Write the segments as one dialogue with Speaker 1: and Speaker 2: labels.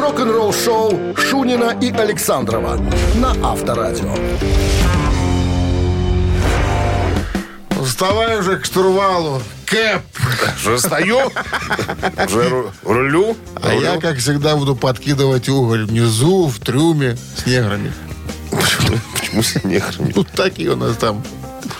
Speaker 1: рок-н-ролл-шоу Шунина и Александрова на Авторадио.
Speaker 2: Вставай уже к штурвалу. Кэп.
Speaker 3: Уже стою, уже ру- рулю.
Speaker 2: А я, как всегда, буду подкидывать уголь внизу, в трюме, с неграми.
Speaker 3: Почему с неграми?
Speaker 2: Ну, такие у нас там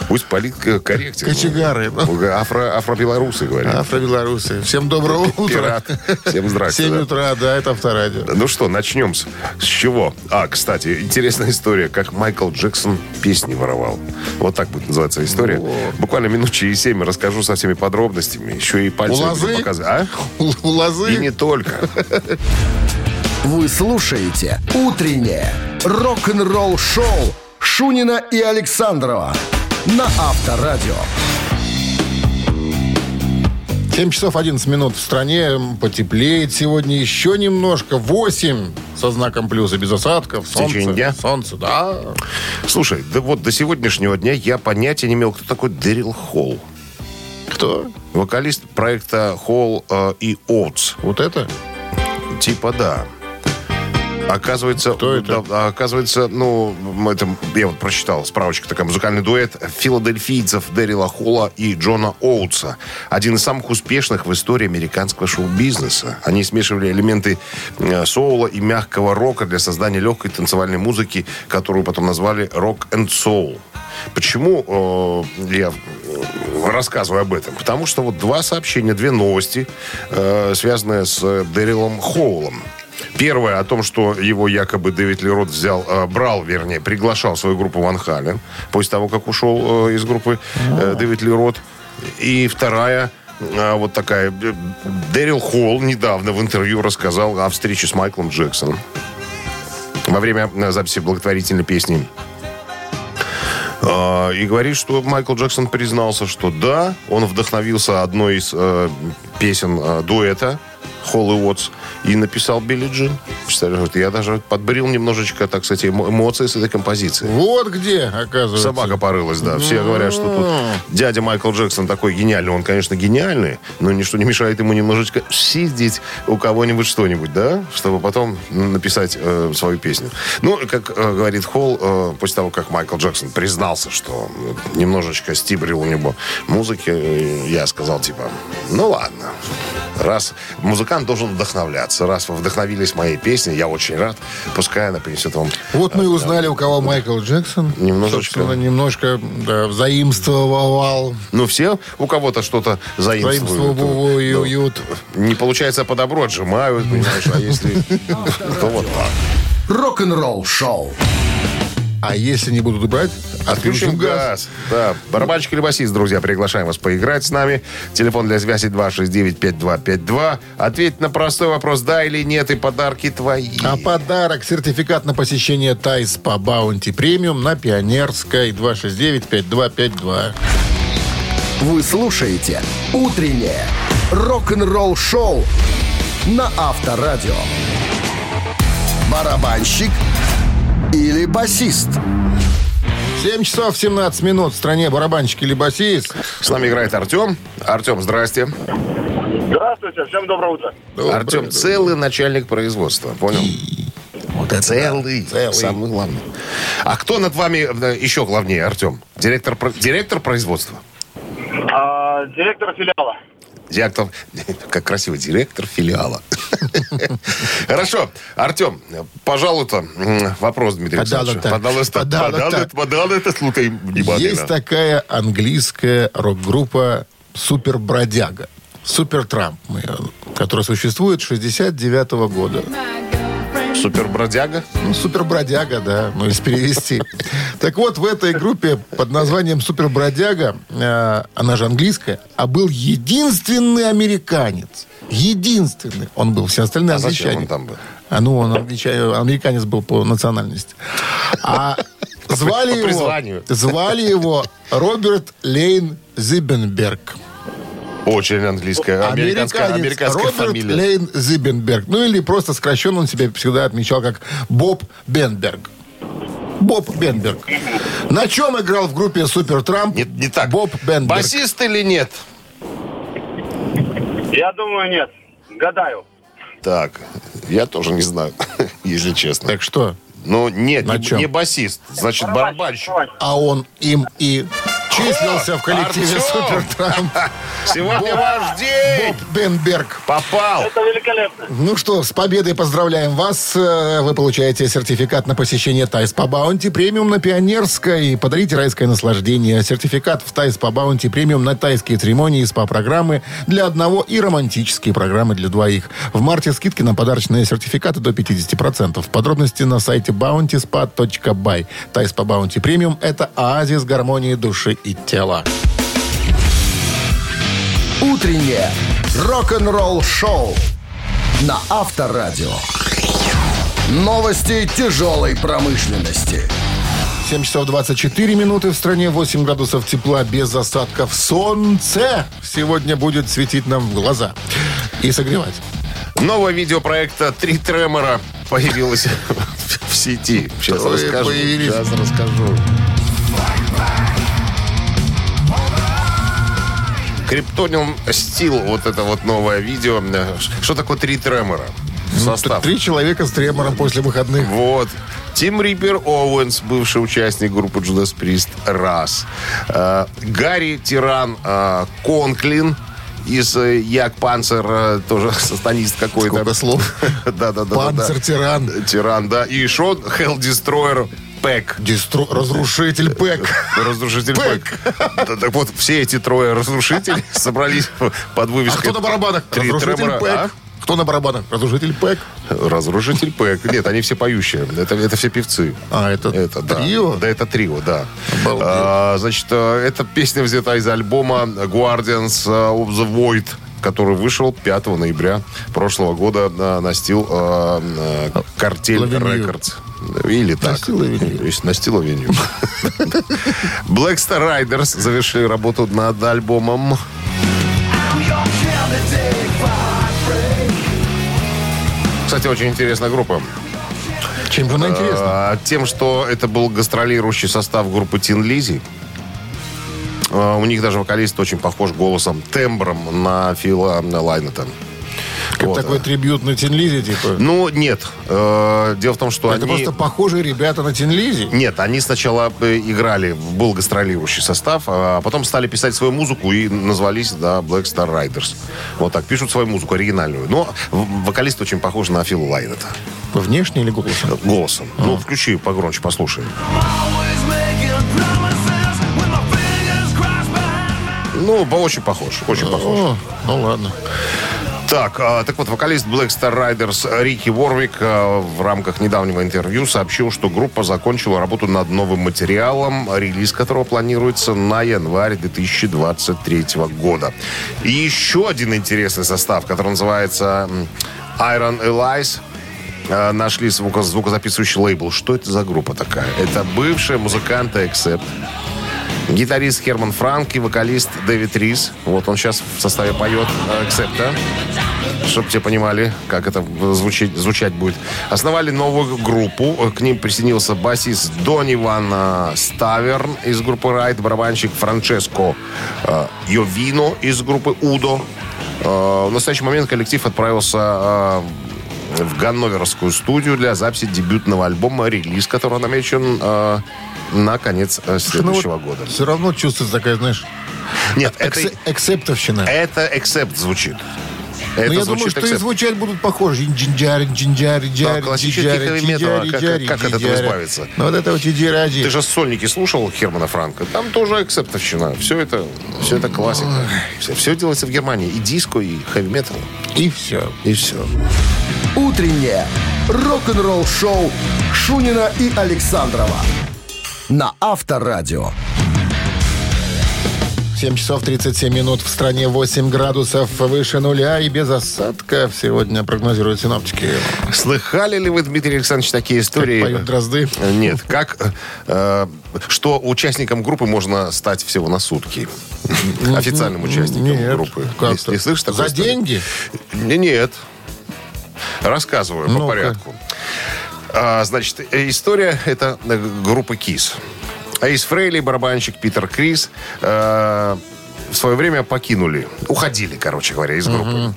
Speaker 3: Пусть политика корректен.
Speaker 2: кочегары. ну,
Speaker 3: Афро, афробелорусы,
Speaker 2: А.
Speaker 3: говорят.
Speaker 2: Афробелорусы. Всем доброго утра.
Speaker 3: Пираты. Всем здрасте.
Speaker 2: 7
Speaker 3: да.
Speaker 2: утра, да, это авторадио.
Speaker 3: Ну что, начнем с, с чего? А, кстати, интересная история, как Майкл Джексон песни воровал. Вот так будет называться история. Буквально минут через семь расскажу со всеми подробностями. Еще и пальцы
Speaker 2: У лозы?
Speaker 3: показывать.
Speaker 2: У- у
Speaker 3: А? И
Speaker 2: Лозы.
Speaker 3: не только.
Speaker 1: Вы слушаете «Утреннее рок-н-ролл-шоу» Шунина и Александрова на Авторадио.
Speaker 2: 7 часов 11 минут в стране. Потеплеет сегодня еще немножко. 8 со знаком плюса, без осадков. Солнце.
Speaker 3: течение дня?
Speaker 2: Солнце, да.
Speaker 3: Слушай, да вот до сегодняшнего дня я понятия не имел, кто такой Дэрил Холл.
Speaker 2: Кто?
Speaker 3: Вокалист проекта Холл э, и Оутс.
Speaker 2: Вот это?
Speaker 3: Типа да. Оказывается, ну,
Speaker 2: Кто это?
Speaker 3: да, оказывается, ну, м, это, я вот прочитал справочка такая, музыкальный дуэт филадельфийцев Дэрила Холла и Джона Оутса. Один из самых успешных в истории американского шоу-бизнеса. Они смешивали элементы э, соула и мягкого рока для создания легкой танцевальной музыки, которую потом назвали рок and soul. Почему э, я э, рассказываю об этом? Потому что вот два сообщения, две новости, э, связанные с э, Дэрилом Холлом. Первое о том, что его якобы Дэвид Лерот взял, э, брал, вернее, приглашал в свою группу Ван Хален после того, как ушел э, из группы э, Дэвид Лерот. И вторая э, вот такая. э, Дэрил Холл недавно в интервью рассказал о встрече с Майклом Джексоном во время э, записи благотворительной песни. Э, И говорит, что Майкл Джексон признался, что да, он вдохновился одной из э, песен э, дуэта Холл и Уотс и написал Билли Джин. Представляешь, вот я даже подбрил немножечко, так сказать, эмо- эмоции с этой композиции.
Speaker 2: Вот где, оказывается.
Speaker 3: Собака порылась, да. Все говорят, что тут дядя Майкл Джексон такой гениальный. Он, конечно, гениальный, но ничто не мешает ему немножечко сидеть у кого-нибудь что-нибудь, да, чтобы потом написать э, свою песню. Ну, как э, говорит Холл, э, после того, как Майкл Джексон признался, что э, немножечко стибрил у него музыки, э, я сказал, типа, ну ладно, раз музыкант должен вдохновляться, раз вы вдохновились моей песней, я очень рад, пускай она принесет вам
Speaker 2: Вот мы и узнали, у кого Майкл Джексон.
Speaker 3: Немножечко.
Speaker 2: собственно, немножко да, заимствовал.
Speaker 3: Ну, все у кого-то что-то заимствуют.
Speaker 2: Заимствовал и
Speaker 3: Ну,
Speaker 2: уют.
Speaker 3: Не получается по добру отжимают, понимаешь, а если... То вот так.
Speaker 1: Рок-н-ролл-шоу.
Speaker 2: А если не будут брать,
Speaker 3: Включим
Speaker 2: отключим газ.
Speaker 3: газ. Да, барабанщик или басист, друзья, приглашаем вас поиграть с нами. Телефон для связи 269-5252. Ответь на простой вопрос, да или нет, и подарки твои.
Speaker 2: А подарок, сертификат на посещение Тайс по Баунти Премиум на Пионерской 269-5252.
Speaker 1: Вы слушаете «Утреннее рок-н-ролл-шоу» на Авторадио. Барабанщик или басист?
Speaker 2: 7 часов 17 минут в стране барабанщик или басист.
Speaker 3: С нами играет Артем. Артем, здрасте.
Speaker 4: Здравствуйте, всем доброе утро.
Speaker 3: Артем, целый начальник производства, понял? Вот это целый,
Speaker 2: целый.
Speaker 3: Самый главный. А кто над вами э, еще главнее, Артем? Директор, про- директор производства?
Speaker 4: А, директор филиала.
Speaker 3: Директор, как красиво, директор филиала. Хорошо, Артем, пожалуйста, м, вопрос, Дмитрий
Speaker 2: Подал
Speaker 3: Александрович.
Speaker 2: это.
Speaker 3: Подал это,
Speaker 2: Подал
Speaker 3: подал
Speaker 2: это.
Speaker 3: это, подал это, слушай,
Speaker 2: Есть
Speaker 3: внимательно.
Speaker 2: такая английская рок-группа Супер Бродяга. Супер Трамп, которая существует с 69 года.
Speaker 3: Супер бродяга.
Speaker 2: Ну, супербродяга, да, ну, если перевести. Так вот, в этой группе под названием супербродяга, э, она же английская, а был единственный американец. Единственный. Он был, все остальные
Speaker 3: А зачем
Speaker 2: англичане.
Speaker 3: он там был?
Speaker 2: А ну, он англича- американец был по национальности. А звали
Speaker 3: По
Speaker 2: его...
Speaker 3: призванию.
Speaker 2: Звали его Роберт Лейн Зибенберг.
Speaker 3: Очень английская, американская, американская
Speaker 2: Роберт
Speaker 3: фамилия.
Speaker 2: Лейн Зибенберг. Ну или просто сокращенно он себя всегда отмечал как Боб Бенберг. Боб Бенберг. На чем играл в группе Супер Трамп?
Speaker 3: Не, не так.
Speaker 2: Боб Бенберг.
Speaker 3: Басист или нет?
Speaker 4: Я думаю, нет. Гадаю.
Speaker 3: Так, Я тоже не знаю, если честно.
Speaker 2: Так что?
Speaker 3: Ну, нет,
Speaker 2: На
Speaker 3: не,
Speaker 2: чем?
Speaker 3: не басист, значит, барабанщик.
Speaker 2: А он им и числился в коллективе
Speaker 3: Артем!
Speaker 2: Супертрамп.
Speaker 3: Сегодня
Speaker 2: Боб-
Speaker 3: ваш день!
Speaker 2: Боб Бенберг.
Speaker 3: Попал!
Speaker 4: Это великолепно.
Speaker 2: Ну что, с победой поздравляем вас. Э, Вы получаете сертификат на посещение Тайс по Баунти премиум на Пионерской. И подарите райское наслаждение. Сертификат в Тайс по Баунти премиум на тайские церемонии, СПА-программы для одного и романтические программы для двоих. В марте скидки на подарочные сертификаты до 50%. Подробности на сайте bountyspa.by. Тайс по Баунти премиум – это оазис гармонии души и тела.
Speaker 1: Утреннее рок-н-ролл-шоу на Авторадио. Новости тяжелой промышленности.
Speaker 2: 7 часов 24 минуты в стране, 8 градусов тепла без остатков. Солнце сегодня будет светить нам в глаза и согревать.
Speaker 3: Новое видео проекта «Три тремора» появилось в сети. Сейчас
Speaker 2: Ой,
Speaker 3: расскажу.
Speaker 2: появились.
Speaker 3: Сейчас расскажу. Криптонил Стил, вот это вот новое видео. Что такое «Три тремора»? Состав.
Speaker 2: Ну, Три человека с тремором после выходных.
Speaker 3: Вот. Тим Риппер Оуэнс, бывший участник группы Judas Priest, раз. Э, Гарри Тиран э, Конклин из э, Як Панцер, э, тоже сатанист какой-то.
Speaker 2: Сколько слов.
Speaker 3: Да-да-да.
Speaker 2: Панцер, тиран,
Speaker 3: Тиран, да. И Шон Хелл Дестройер Пэк.
Speaker 2: дестру- разрушитель Пэк.
Speaker 3: Разрушитель Пэк. Да, Так вот, все эти трое разрушителей собрались под
Speaker 2: А
Speaker 3: вывеской.
Speaker 2: кто на барабанах?
Speaker 3: Три
Speaker 2: Разрушитель
Speaker 3: тремора. А?
Speaker 2: Пэк. Кто на барабанах? Разрушитель Пэк.
Speaker 3: Разрушитель Пэк. Нет, они все поющие. Это, это все певцы.
Speaker 2: А, это
Speaker 3: Это да.
Speaker 2: трио?
Speaker 3: Да, это трио, да.
Speaker 2: Обалдеть.
Speaker 3: А, значит, э, эта песня взята из альбома Guardians of the Void который вышел 5 ноября прошлого года на настил э, э, картель
Speaker 2: Лавинью.
Speaker 3: Рекордс. Или так.
Speaker 2: Настил Авеню.
Speaker 3: То есть настил Авеню. Black Star Riders завершили работу над альбомом. Кстати, очень интересная группа.
Speaker 2: Чем же она интересна?
Speaker 3: А, Тем, что это был гастролирующий состав группы Тин Лизи. А, У них даже вокалист очень похож голосом, тембром на Фила Лайнета.
Speaker 2: Как
Speaker 3: вот,
Speaker 2: такой
Speaker 3: да.
Speaker 2: трибют на Тинлизе, типа.
Speaker 3: Ну, нет. Э, Дело в том, что
Speaker 2: Это
Speaker 3: они...
Speaker 2: просто похожие ребята на Тинлизе.
Speaker 3: Нет, они сначала э, играли, в- был гастролирующий состав, а потом стали писать свою музыку и назвались, да, Black Star Riders. Вот так, пишут свою музыку, оригинальную. Но в- вокалист очень похож на Фила Лайнета
Speaker 2: Внешне или голосом?
Speaker 3: голосом. Ну, включи погромче, послушай. Ну, по- очень похож, очень похож.
Speaker 2: О, ну ладно.
Speaker 3: Так, а, так вот, вокалист Black Star Riders Рики Ворвик а, в рамках недавнего интервью сообщил, что группа закончила работу над новым материалом, релиз которого планируется на январь 2023 года. И еще один интересный состав, который называется м, Iron Allies, а, нашли звуко- звукозаписывающий лейбл. Что это за группа такая? Это бывшие музыканты Accept. Гитарист Херман Франк и вокалист Дэвид Рис. Вот он сейчас в составе поет э, «Эксепта». Чтобы все понимали, как это звучит, звучать будет. Основали новую группу. Э, К ним присоединился басист Дон Иван э, Ставерн из группы «Райт», барабанщик Франческо э, Йовино из группы «Удо». Э, В настоящий момент коллектив отправился э, в Ганноверскую студию для записи дебютного альбома, релиз которого намечен э, на конец э, следующего года.
Speaker 2: Все равно чувствуется такая, знаешь,
Speaker 3: Нет, это,
Speaker 2: эксе- эксептовщина.
Speaker 3: это «Эксепт» звучит. Это
Speaker 2: Ну, я
Speaker 3: звучит
Speaker 2: думаю, что и
Speaker 3: «Эксепт».
Speaker 2: звучать будут похожи. Джинджари, джинджари, джари,
Speaker 3: классический
Speaker 2: джинджари,
Speaker 3: heavy metal, а
Speaker 2: джинджари,
Speaker 3: как-
Speaker 2: джари,
Speaker 3: как от этого
Speaker 2: джинджари.
Speaker 3: избавиться?
Speaker 2: Ну, вот это вот
Speaker 3: Ты
Speaker 2: джинджари.
Speaker 3: же сольники слушал Хермана Франка. Там тоже эксептовщина. Все это, все это классика. Все, все делается в Германии. И диско, и хэви-метал.
Speaker 2: И все.
Speaker 3: И все.
Speaker 1: Утреннее рок-н-ролл-шоу Шунина и Александрова на Авторадио.
Speaker 2: 7 часов 37 минут в стране 8 градусов выше нуля и без осадков сегодня прогнозируют синоптики.
Speaker 3: Слыхали ли вы, Дмитрий Александрович, такие истории?
Speaker 2: Поют дрозды.
Speaker 3: Нет, как, э, что участником группы можно стать всего на сутки? Официальным участником
Speaker 2: Ну, Нет,
Speaker 3: группы.
Speaker 2: как
Speaker 3: Не-
Speaker 2: то.
Speaker 3: не слышишь такой
Speaker 2: За
Speaker 3: истории?
Speaker 2: деньги?
Speaker 3: Не- Нет. Рассказываю по
Speaker 2: Ну-ка.
Speaker 3: порядку. А, значит, э, история это э, группа Кис. Эйс Фрейли, барабанщик Питер Крис э, в свое время покинули, уходили, короче говоря, из группы.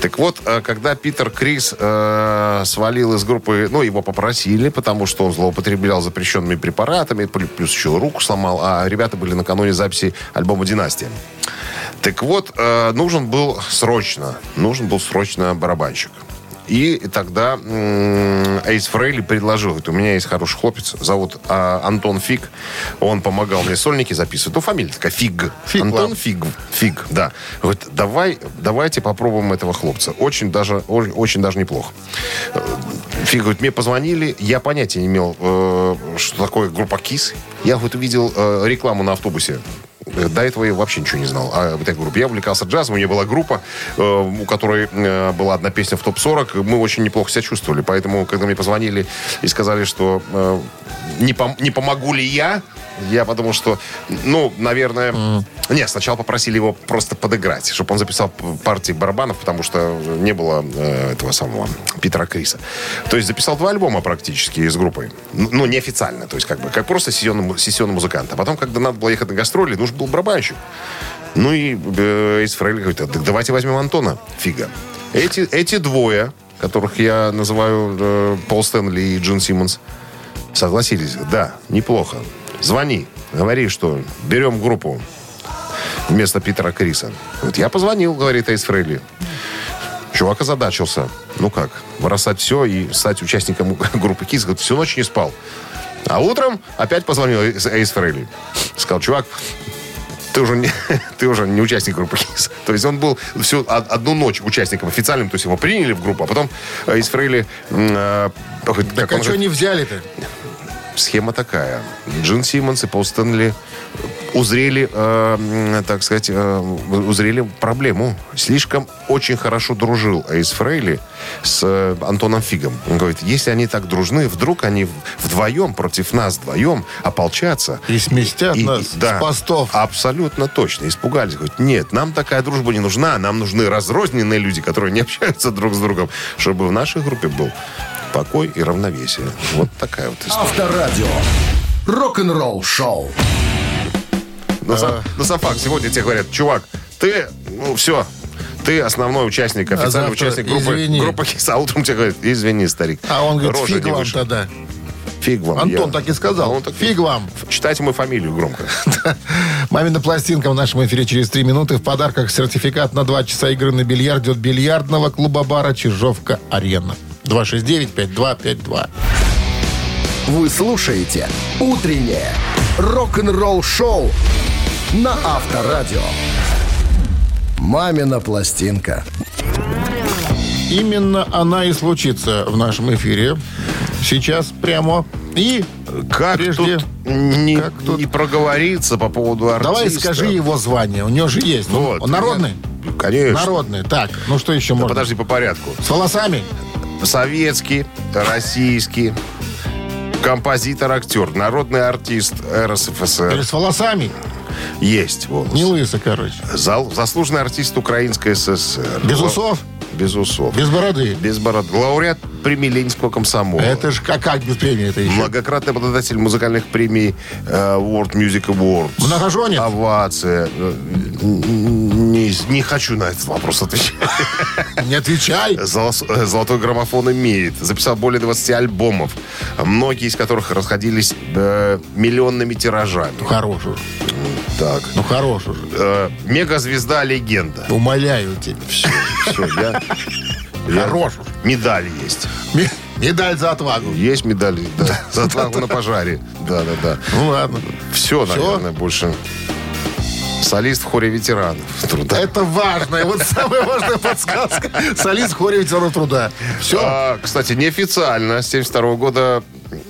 Speaker 3: Так вот, э, когда Питер Крис э, свалил из группы, ну, его попросили, потому что он злоупотреблял запрещенными препаратами, плю- плюс еще руку сломал, а ребята были накануне записи альбома «Династия». Так вот, э, нужен был срочно, нужен был срочно барабанщик. И тогда м, Эйс Фрейли предложил, говорит, у меня есть хороший хлопец, зовут а, Антон Фиг, он помогал мне сольники записывать, ну фамилия такая Фиг,
Speaker 2: Фиг,
Speaker 3: Антон
Speaker 2: ладно.
Speaker 3: Фиг, Фиг, да. Говорит, давай, давайте попробуем этого хлопца, очень даже, о- очень даже неплохо. Э, Фиг говорит, мне позвонили, я понятия не имел, э, что такое группа Кис, я вот увидел э, рекламу на автобусе, Э, До этого я вообще ничего не знал о этой группе. Я увлекался джазом, у меня была группа, э, у которой э, была одна песня в топ-40. Мы очень неплохо себя чувствовали. Поэтому, когда мне позвонили и сказали, что э, не, пом- не помогу ли я, я подумал, что, ну, наверное... Не, сначала попросили его просто подыграть, чтобы он записал п- партии барабанов, потому что не было э, этого самого Питера Криса. То есть записал два альбома практически из группы. Н- Ну, неофициально, то есть как бы, как просто сессионный, му- сессионный музыкант. А потом, когда надо было ехать на гастроли, нужен был барабанщик. Ну и э, Эйс Фрейли говорит, «А так давайте возьмем Антона Фига. Эти, эти двое, которых я называю э, Пол Стэнли и Джин Симмонс, согласились. Да, неплохо. Звони, говори, что берем группу вместо Питера Криса. Вот я позвонил, говорит Эйс Фрейли. Чувак озадачился. Ну как, бросать все и стать участником группы Кис. Говорит, всю ночь не спал. А утром опять позвонил Эйс Эйс Фрейли. Сказал, чувак, ты уже не, ты уже не участник группы Kiss. То есть он был всю од- одну ночь участником официальным, то есть его приняли в группу, а потом э, из Фрейли... м, э, как
Speaker 2: Так
Speaker 3: он
Speaker 2: а что
Speaker 3: говорит,
Speaker 2: не взяли-то?
Speaker 3: Схема такая. Джин Симмонс и Пол Стэнли узрели, э, м, так сказать, э, узрели проблему. Слишком очень хорошо дружил Эйс Фрейли с э, Антоном Фигом. Он говорит, если они так дружны, вдруг они в- вдвоем против нас вдвоем ополчатся.
Speaker 2: И сместят
Speaker 3: И-
Speaker 2: нас
Speaker 3: и- да, А
Speaker 2: с постов.
Speaker 3: Абсолютно точно. Испугались. Говорят, нет, нам такая дружба не нужна. Нам нужны разрозненные люди, которые не общаются друг с другом, чтобы в нашей группе был покой и равновесие. Вот такая вот история.
Speaker 1: Авторадио. Рок-н-ролл шоу.
Speaker 3: На, сам, на сам факт сегодня тебе говорят, чувак, ты, ну, все, ты основной участник, официальный
Speaker 2: завтра
Speaker 3: участник группы,
Speaker 2: извини.
Speaker 3: группы Kiss. А утром тебе говорят, извини, старик.
Speaker 2: А он говорит,
Speaker 3: Рожа
Speaker 2: фиг
Speaker 3: не
Speaker 2: вам
Speaker 3: выше.
Speaker 2: тогда.
Speaker 3: Фиг вам.
Speaker 2: Антон
Speaker 3: я-
Speaker 2: так и сказал.
Speaker 3: А он так-
Speaker 2: Фиг вам.
Speaker 3: Читайте мою фамилию громко.
Speaker 2: Мамина пластинка в нашем эфире через три минуты. В подарках сертификат на два часа игры на бильярде от бильярдного клуба-бара «Чижовка-Арена». 269-5252.
Speaker 1: Вы слушаете «Утреннее рок-н-ролл-шоу» на Авторадио. «Мамина пластинка».
Speaker 2: Именно она и случится в нашем эфире. Сейчас прямо. И
Speaker 3: Как
Speaker 2: Прежде,
Speaker 3: тут не,
Speaker 2: как тут-
Speaker 3: не проговориться по поводу артиста?
Speaker 2: давай скажи его звание. У него же есть. Он-
Speaker 3: Вот.
Speaker 2: он народный?
Speaker 3: Конечно.
Speaker 2: Народный. Так, ну что еще можно?
Speaker 3: Подожди по порядку.
Speaker 2: С волосами?
Speaker 3: Советский, российский, композитор, актер, народный артист
Speaker 2: Или
Speaker 3: РСФСР.
Speaker 2: с волосами?
Speaker 3: Есть волосы.
Speaker 2: Не лысо, короче.
Speaker 3: Зал- заслуженный артист Украинской ССР.
Speaker 2: Без
Speaker 3: Ла-
Speaker 2: усов?
Speaker 3: Без усов. Без,
Speaker 2: Без бороды?
Speaker 3: бород. Лауреат премии Ленинского комсомола.
Speaker 2: Это же как, как без премии это еще?
Speaker 3: Многократный обладатель музыкальных премий э, World Music Awards.
Speaker 2: Многоженец?
Speaker 3: Овация. Э, Не, не хочу на этот вопрос отвечать.
Speaker 2: Не отвечай.
Speaker 3: Золос- э, Золотой граммофон имеет. Записал более 20 альбомов, многие из которых расходились э, миллионными тиражами.
Speaker 2: Хорош уж.
Speaker 3: Так.
Speaker 2: Ну, хорош уж.
Speaker 3: Э, мегазвезда легенда.
Speaker 2: Умоляю тебя.
Speaker 3: Все, все, я... я-
Speaker 2: Хорош уж.
Speaker 3: Медаль есть.
Speaker 2: Ме- Медаль за отвагу.
Speaker 3: Есть медаль да, за отвагу на пожаре. Да, да, да.
Speaker 2: Ну, ладно.
Speaker 3: Все,
Speaker 2: Всё?
Speaker 3: наверное, больше. Солист в хоре ветеранов. Труда.
Speaker 2: Это важная, вот самая важная подсказка. Солист в хоре ветеров труда. Все.
Speaker 3: А, кстати, неофициально с 72 года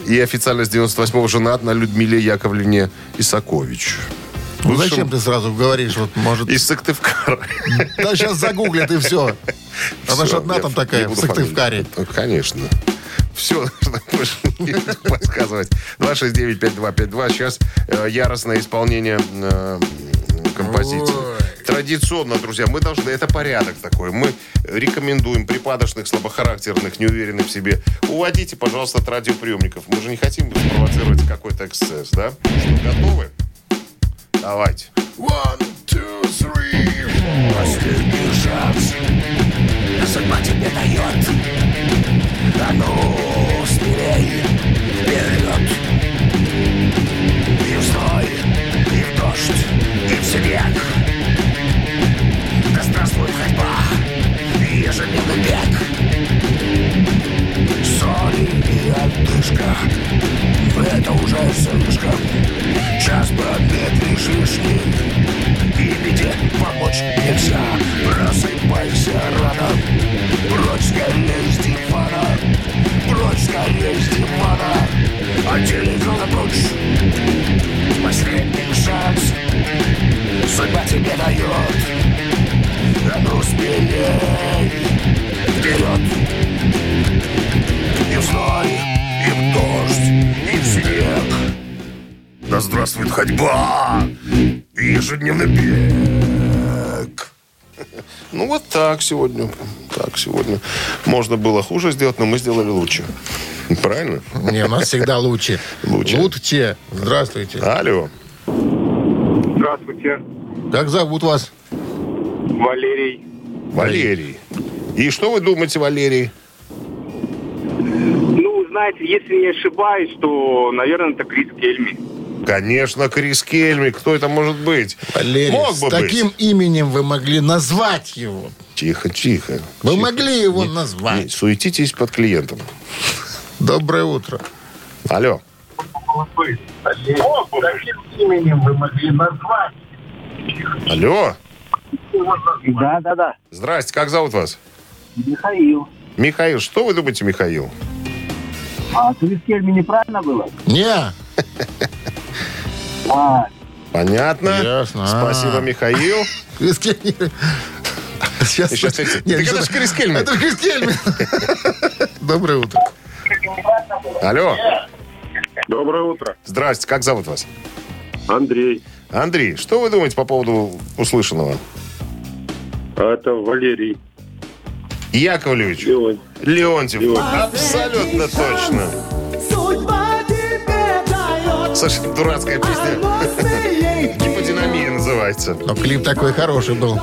Speaker 3: и официально с 98 женат на Людмиле Яковлевне Исакович.
Speaker 2: Ну,
Speaker 3: бывшим-
Speaker 2: зачем ты сразу говоришь, вот, может...
Speaker 3: Из Сыктывкара.
Speaker 2: Да, сейчас загуглят и все. Она же
Speaker 3: Всё,
Speaker 2: А одна
Speaker 3: я
Speaker 2: там
Speaker 3: не
Speaker 2: такая, в
Speaker 3: буду фамилию.
Speaker 2: Сыктывкаре.
Speaker 3: Ну, Конечно. Все, что больше не буду подсказывать. 269-5252. Сейчас э, яростное исполнение э, композиции. Традиционно, друзья, мы должны, это порядок такой. Мы рекомендуем припадочных, слабохарактерных, неуверенных в себе. Уводите, пожалуйста, от радиоприемников. Мы же не хотим спровоцировать какой-то эксцесс, да? Что, готовы? Давайте.
Speaker 1: One, two, three, four. Последний шанс.
Speaker 5: судьба тебе дает. Да ну, смелей, вперед. И в зной, и в дождь, и в снег. Да здравствует ходьба, и ежеминутный бег. Соли и отдышка, это уже слишком. Час промедлишь лишний, и беде помочь нельзя. Просыпайся рано, прочь скорее с дивана, прочь скорее с дивана. От телефона прочь, последний шанс судьба тебе дает. А ну смелей, вперед! И в зной, и в дождь, и в снег. Да здравствует ходьба! И ежедневный бег.
Speaker 3: Ну вот так сегодня. Так сегодня. Можно было хуже сделать, но мы сделали лучше. Правильно?
Speaker 2: Не, у нас всегда лучи.
Speaker 3: Лучи.
Speaker 2: Лутте. Здравствуйте.
Speaker 3: Алло.
Speaker 4: Здравствуйте,
Speaker 2: Как зовут вас?
Speaker 4: Валерий.
Speaker 3: Валерий. И что вы думаете, Валерий?
Speaker 4: Ну, знаете, если не ошибаюсь, то, наверное, это Крис Кельми.
Speaker 3: Конечно, Крис Кельми. Кто это может быть?
Speaker 2: Валерий.
Speaker 3: Мог
Speaker 2: с
Speaker 3: бы
Speaker 2: таким
Speaker 3: быть.
Speaker 2: именем вы могли назвать его.
Speaker 3: Тихо, тихо.
Speaker 2: Вы
Speaker 3: Тихо.
Speaker 2: могли его
Speaker 3: Не
Speaker 2: назвать.
Speaker 3: суетитесь под клиентом.
Speaker 2: Доброе утро.
Speaker 3: Алло. Алло.
Speaker 6: Да, да, да.
Speaker 3: Здрасте, как зовут вас?
Speaker 6: Михаил.
Speaker 3: Михаил. Что вы думаете, Михаил?
Speaker 6: А ты с Кельми неправильно было?
Speaker 2: Не,
Speaker 6: А,
Speaker 3: Понятно.
Speaker 2: Ясно.
Speaker 3: Спасибо, Михаил.
Speaker 2: Крис Кельми. Сейчас.
Speaker 3: Еще, кстати,
Speaker 2: Нет,
Speaker 3: так это
Speaker 2: что-то-
Speaker 3: ж Крис Кельми.
Speaker 2: Это ж Крис Кельми. Доброе утро.
Speaker 3: Алло.
Speaker 4: Доброе утро,
Speaker 3: Здрасте, как зовут вас?
Speaker 4: Андрей.
Speaker 3: Андрей, что вы думаете по поводу услышанного?
Speaker 4: Это Валерий.
Speaker 3: Яковлевич. Леонтьев. Абсолютно точно.
Speaker 7: Судьба тебе дает.
Speaker 3: Слушай, дурацкая песня.
Speaker 7: Оно смелей.
Speaker 3: Гиподинамия называется.
Speaker 2: Но клип такой хороший был.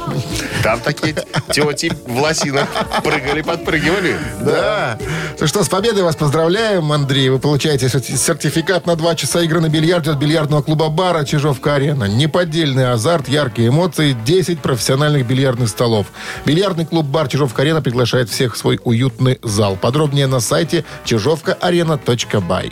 Speaker 3: Там такие тети в лосинах прыгали, подпрыгивали.
Speaker 2: Да. Ну что, с победой вас поздравляем, Андрей. Вы получаете сер- сертификат на два часа игры на бильярде от бильярдного клуба бара «Чижовка-арена». Неподдельный азарт, яркие эмоции, 10 профессиональных бильярдных столов. Бильярдный клуб-бар «Чижовка-арена» приглашает всех в свой уютный зал. Подробнее на сайте чижовкаарена.бай.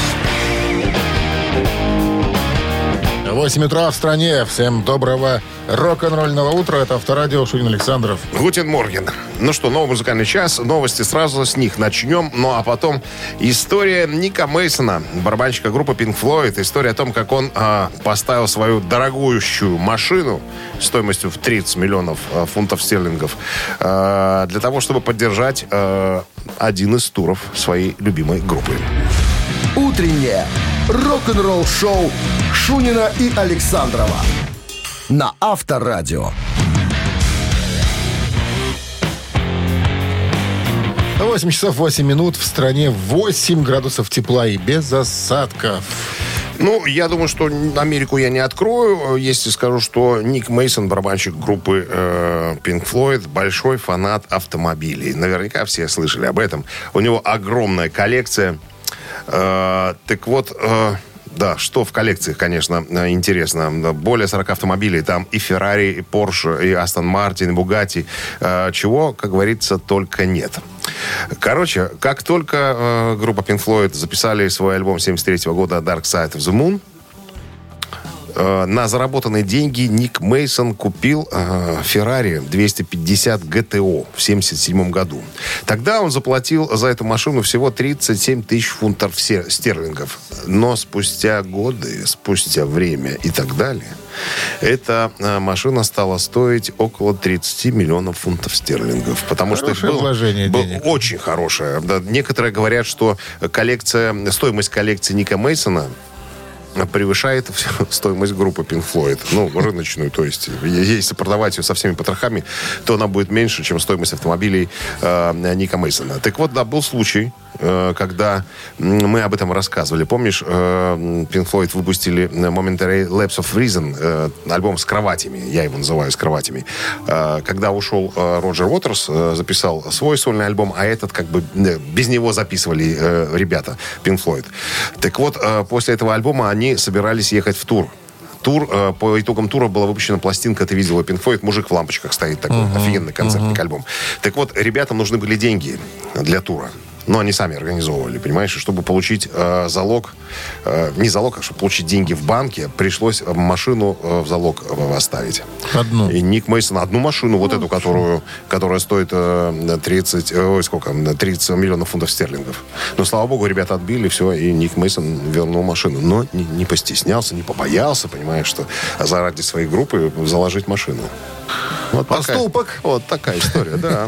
Speaker 2: 8 утра в стране. Всем доброго рок-н-ролльного утра. Это Авторадио Шунин Александров.
Speaker 3: Гутен Морген. Ну что, новый музыкальный час. Новости сразу с них начнем. Ну а потом история Ника Мейсона, барабанщика группы Pink Floyd. История о том, как он а, поставил свою дорогущую машину стоимостью в 30 миллионов а, фунтов стерлингов а, для того, чтобы поддержать а, один из туров своей любимой группы.
Speaker 1: Утреннее рок-н-ролл-шоу Шунина и Александрова на Авторадио.
Speaker 2: 8 часов 8 минут. В стране 8 градусов тепла и без осадков.
Speaker 3: Ну, я думаю, что Америку я не открою, если скажу, что Ник Мейсон, барабанщик группы э, Pink Floyd, большой фанат автомобилей. Наверняка все слышали об этом. У него огромная коллекция. Э, так вот, э, да, что в коллекции, конечно, э, интересно. Более 40 автомобилей. Там и Феррари, и Porsche, и Астон Мартин, и Бугати. чего, как говорится, только нет. Короче, как только э, группа Pink Floyd записали свой альбом 73 года Dark Side of the Moon, э, на заработанные деньги Ник Мейсон купил э, Феррари 250 ГТО в 1977 году. Тогда он заплатил за эту машину всего 37 тысяч фунтов се- стерлингов. Но спустя годы, спустя время и так далее, эта э, машина стала стоить около 30 миллионов фунтов стерлингов. Потому что
Speaker 2: Хорошее
Speaker 3: их было-
Speaker 2: вложение
Speaker 3: был-
Speaker 2: денег.
Speaker 3: очень хорошая. Да, Некоторые говорят, что коллекция, стоимость коллекции Ника Мейсона превышает всю стоимость группы Pink Floyd. Ну, рыночную, то есть. е- Если продавать ее со всеми потрохами, то она будет меньше, чем стоимость автомобилей э, Ника Мейсона. Так вот, да, был случай, э, когда м, мы об этом рассказывали. Помнишь, э, м, Pink Floyd выпустили э, Momentary Lapse of Reason, э, альбом с кроватями, я его называю с кроватями. Э, Когда ушел э, Роджер Уотерс, э, записал свой сольный альбом, а этот как бы э, без него записывали э, ребята Pink Floyd. Так вот, э, после этого альбома они собирались ехать в тур. Тур, э, по итогам тура была выпущена пластинка, ты видела, Pink Floyd, мужик в лампочках стоит такой, офигенный концертный альбом. Так вот, ребятам нужны были деньги для тура. Но Ну, они сами организовывали, понимаешь? И Чтобы получить э, залог, э, не залог, а чтобы получить деньги в банке, пришлось э, машину э, в залог э, оставить.
Speaker 2: Одну.
Speaker 3: И Ник Мейсон одну машину, вот эту, которую, которая стоит э, 30, э, ой, сколько, 30 миллионов фунтов стерлингов. Но, слава богу, ребята отбили все, и Ник Мейсон вернул машину. Но не, не постеснялся, не побоялся, понимаешь, что заради своей группы заложить машину. Вот такая-
Speaker 2: Поступок.
Speaker 3: вот такая история, да.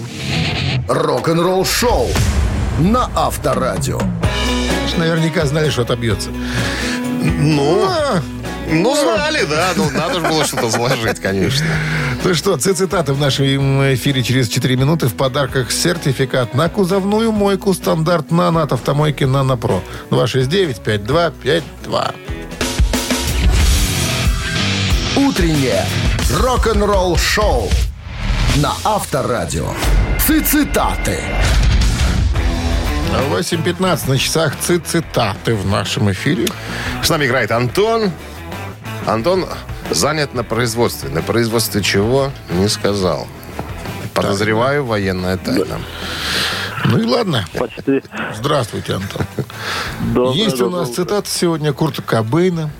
Speaker 1: Рок-н-ролл шоу на Авторадио.
Speaker 2: Конечно, Наверняка знали, что отобьется.
Speaker 3: Ну,
Speaker 2: А,
Speaker 3: ну, знали, да. Ну, надо же было что-то заложить, конечно.
Speaker 2: Ну что, ц- цитаты в нашем эфире через 4 минуты. В подарках сертификат на кузовную мойку стандарт «Нано» от автомойки «Нано-Про». 269-5252.
Speaker 1: Утреннее рок-н-ролл шоу на Авторадио. Цитаты.
Speaker 2: 8.15 на часах ц- цитаты в нашем эфире.
Speaker 3: С нами играет Антон. Антон занят на производстве. На производстве чего не сказал. Подозреваю, военная тайна.
Speaker 2: Ну и ладно.
Speaker 6: Почти.
Speaker 2: Здравствуйте, Антон.
Speaker 6: Доброе,
Speaker 2: Есть у нас
Speaker 6: доброе.
Speaker 2: цитата сегодня Курта Кобейна.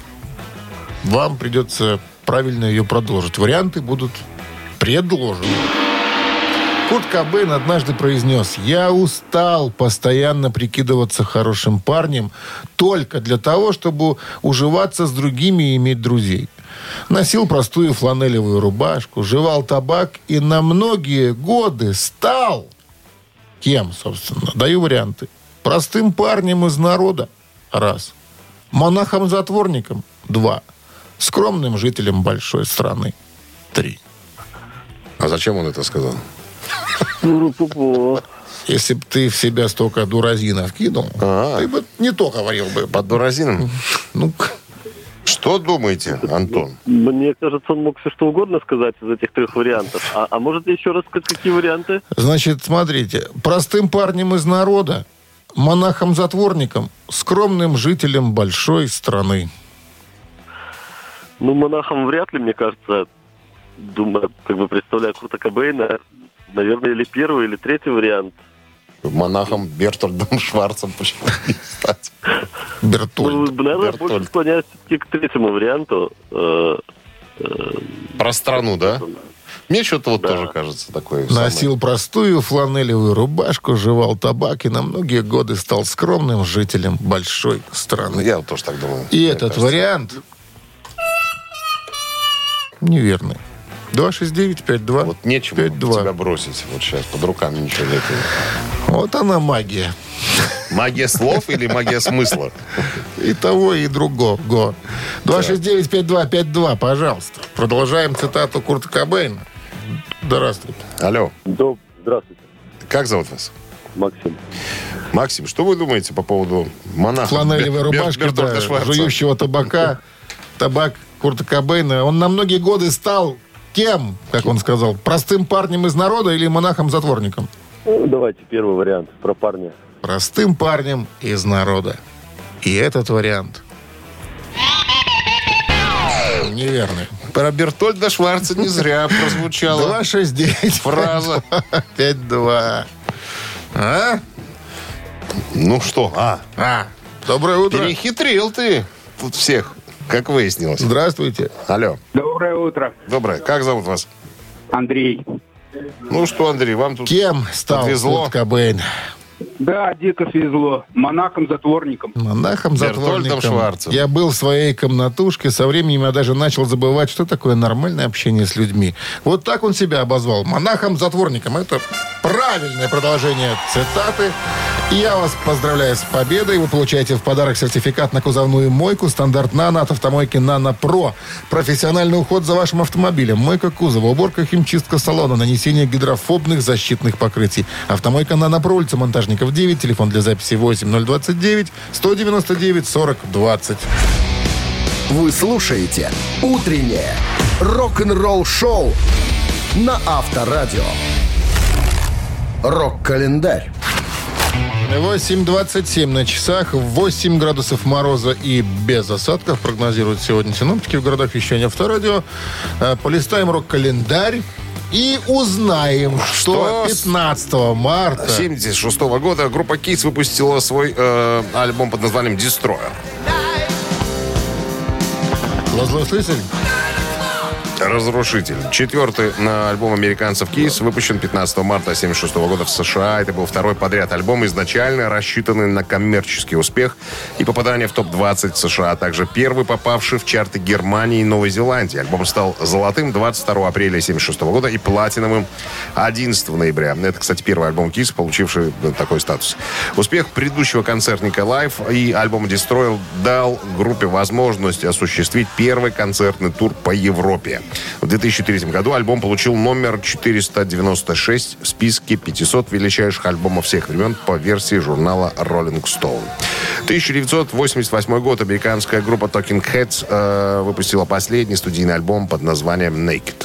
Speaker 2: Вам придется правильно ее продолжить. Варианты будут предложены. Курт Кобейн однажды произнес, «Я устал постоянно прикидываться хорошим парнем только для того, чтобы уживаться с другими и иметь друзей. Носил простую фланелевую рубашку, жевал табак и на многие годы стал Кем, собственно? Даю варианты. Простым парнем из народа. Раз. Монахом-затворником. Два. Скромным жителем большой страны. Три.
Speaker 3: А зачем он это сказал?
Speaker 6: Туру-пу-пу.
Speaker 2: Если бы ты в себя столько дуразина вкинул,
Speaker 3: А.
Speaker 2: ты бы не то говорил бы.
Speaker 3: Под дуразином?
Speaker 2: Ну,
Speaker 3: Что думаете, Антон?
Speaker 8: Мне кажется, он мог все что угодно сказать из этих трех вариантов. А, а можете еще раз сказать, какие варианты?
Speaker 2: значит, смотрите. Простым парнем из народа. Монахом-затворником. Скромным жителем большой страны.
Speaker 8: Ну, монахом вряд ли, мне кажется. Думаю, как бы представляю Курта Кобейна, наверное, или первый, или третий вариант.
Speaker 3: Монахом Бертольдом Шварцем почему не стать?
Speaker 2: Бертольд.
Speaker 8: Ну, наверное,
Speaker 3: Бертольд.
Speaker 8: больше склоняюсь все-таки к третьему варианту. Э,
Speaker 3: Про страну, да? Мне что-то вот
Speaker 8: Да.
Speaker 3: тоже кажется такое.
Speaker 2: Носил простую фланелевую рубашку, жевал табак и на многие годы стал скромным жителем большой
Speaker 3: самое. Ну,
Speaker 2: страны.
Speaker 3: я вот тоже так думаю.
Speaker 2: И
Speaker 3: Мне
Speaker 2: этот
Speaker 3: кажется.
Speaker 2: вариант неверный. 269-52.
Speaker 3: Вот нечего
Speaker 2: 5-2.
Speaker 3: тебя бросить. Вот сейчас под руками ничего нет.
Speaker 2: Вот она магия.
Speaker 3: Магия слов или магия смысла?
Speaker 2: И того, и другого. 269-5252, пожалуйста. Продолжаем цитату Курта Кобейна. Здравствуйте.
Speaker 3: Алло,
Speaker 8: доб- Здравствуйте,
Speaker 3: как зовут вас?
Speaker 8: Максим.
Speaker 3: Максим, что вы думаете по поводу монаха?
Speaker 2: фланелевой
Speaker 3: Бер- Бер-
Speaker 2: рубашки,
Speaker 3: Бертольда
Speaker 2: да,
Speaker 3: Шварца?
Speaker 2: жующего табака, табак Курта Кобейна. Он на многие годы стал кем, как он сказал, простым парнем из народа или монахом-затворником?
Speaker 8: Ну, Давайте первый вариант про парня.
Speaker 2: Простым парнем из народа. И этот вариант. Неверный.
Speaker 3: Про Бертольда Шварца не зря прозвучало.
Speaker 2: 269.
Speaker 3: Фраза.
Speaker 2: 5-2. А?
Speaker 3: Ну что, а,
Speaker 2: А. Доброе утро.
Speaker 3: перехитрил ты тут всех, как выяснилось.
Speaker 2: Здравствуйте.
Speaker 3: Алло,
Speaker 4: Доброе утро,
Speaker 3: доброе, как зовут вас?
Speaker 4: Андрей.
Speaker 3: Ну что, Андрей, вам тут...
Speaker 2: Кем стал
Speaker 3: Подвезло.
Speaker 2: Курт Кобейн?
Speaker 4: Да, дико свезло. Монахом, затворником.
Speaker 2: Монахом,
Speaker 3: Бертольдом
Speaker 2: затворником.
Speaker 3: Шварцем.
Speaker 2: Я был в своей комнатушке. Со временем я даже начал забывать, что такое нормальное общение с людьми. Вот так он себя обозвал. Монахом, затворником. Это правильное продолжение цитаты. И я вас поздравляю с победой. Вы получаете в подарок сертификат на кузовную мойку стандарт «Нано» от автомойки «Нано Про». Профессиональный уход за вашим автомобилем. Мойка кузова, уборка, химчистка салона, нанесение гидрофобных защитных покрытий. Автомойка «Нано Про», улица Монтажников, 9. Телефон для записи 8029-199-4020.
Speaker 1: Вы слушаете «Утреннее рок-н-ролл-шоу» на Авторадио. Рок-календарь.
Speaker 2: 8.27 на часах, 8 градусов мороза и без осадков прогнозируют сегодня синоптики в городах вещания Авторадио. Э, Полистаем рок-календарь и узнаем, что,
Speaker 3: Что с-
Speaker 2: 15 марта...
Speaker 3: 76 года группа Kiss выпустила свой э, альбом под названием «Destroyer».
Speaker 2: Лазло слышали?
Speaker 3: Разрушитель. Четвертый на альбом американцев Kiss выпущен 15 марта 1976 года в США. Это был второй подряд альбом, изначально рассчитанный на коммерческий успех и попадание в топ-20 США, а также первый попавший в чарты Германии и Новой Зеландии. Альбом стал золотым 22 апреля 1976 года и платиновым 11 ноября. Это, кстати, первый альбом Kiss, получивший э, такой статус. Успех предыдущего концертника Live и альбома Destroyer дал группе возможность осуществить первый концертный тур по Европе. В 2003 году альбом получил номер 496 в списке 500 величайших альбомов всех времен по версии журнала Rolling Stone. 1988 год американская группа Talking Heads э, выпустила последний студийный альбом под названием Naked.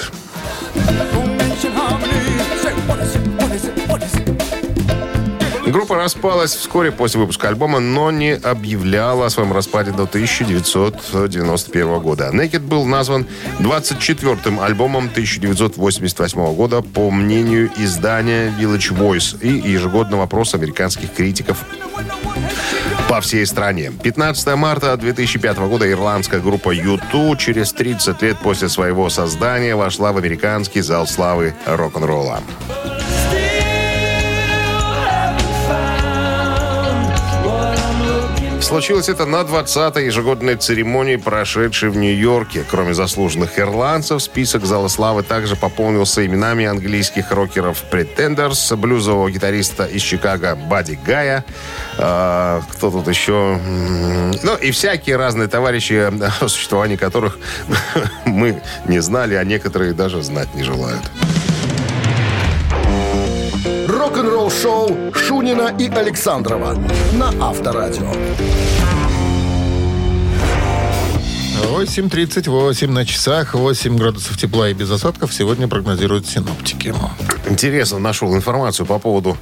Speaker 3: Группа распалась вскоре после выпуска альбома, но не объявляла о своем распаде до 1991 года. Naked был назван 24-м альбомом 1988 года по мнению издания Village Voice и ежегодного опроса американских критиков по всей стране. 15 марта 2005 года ирландская группа U2 через 30 лет после своего создания вошла в американский зал славы рок-н-ролла. Случилось это на 20-й ежегодной церемонии, прошедшей в Нью-Йорке. Кроме заслуженных ирландцев, список Зала Славы также пополнился именами английских рокеров Pretenders, блюзового гитариста из Чикаго Бадди Гая, э, кто тут еще... М, Ну, и всякие разные товарищи, э, о существовании которых мы не знали, а некоторые даже знать не желают.
Speaker 1: Рок-н-ролл-шоу Шунина и Александрова на Авторадио.
Speaker 2: 8.38 на часах, 8 градусов тепла и без осадков сегодня прогнозируют синоптики.
Speaker 3: Интересно, нашел информацию по поводу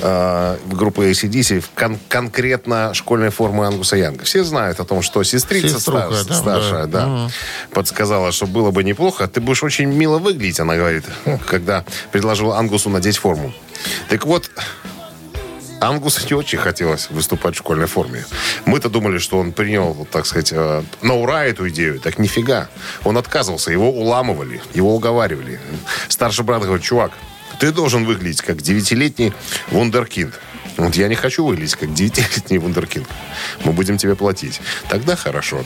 Speaker 3: э, группы ACDC, в кон- конкретно школьной формы Ангуса Янга. Все знают о том, что сестрица
Speaker 2: Сеструха,
Speaker 3: стар-
Speaker 2: да,
Speaker 3: старшая
Speaker 2: да.
Speaker 3: да, подсказала, что было бы неплохо. Ты будешь очень мило выглядеть, она говорит, когда предложила Ангусу надеть форму. Так вот, Ангусу не очень хотелось выступать в школьной форме. Мы-то думали, что он принял, вот, так сказать, э, на ура эту идею. Так нифига. Он отказывался, его уламывали, его уговаривали. Старший брат говорит, чувак, ты должен выглядеть как девятилетний вундеркинд. Вот я не хочу выглядеть как девятилетний вундеркинд. Мы будем тебе платить. Тогда хорошо.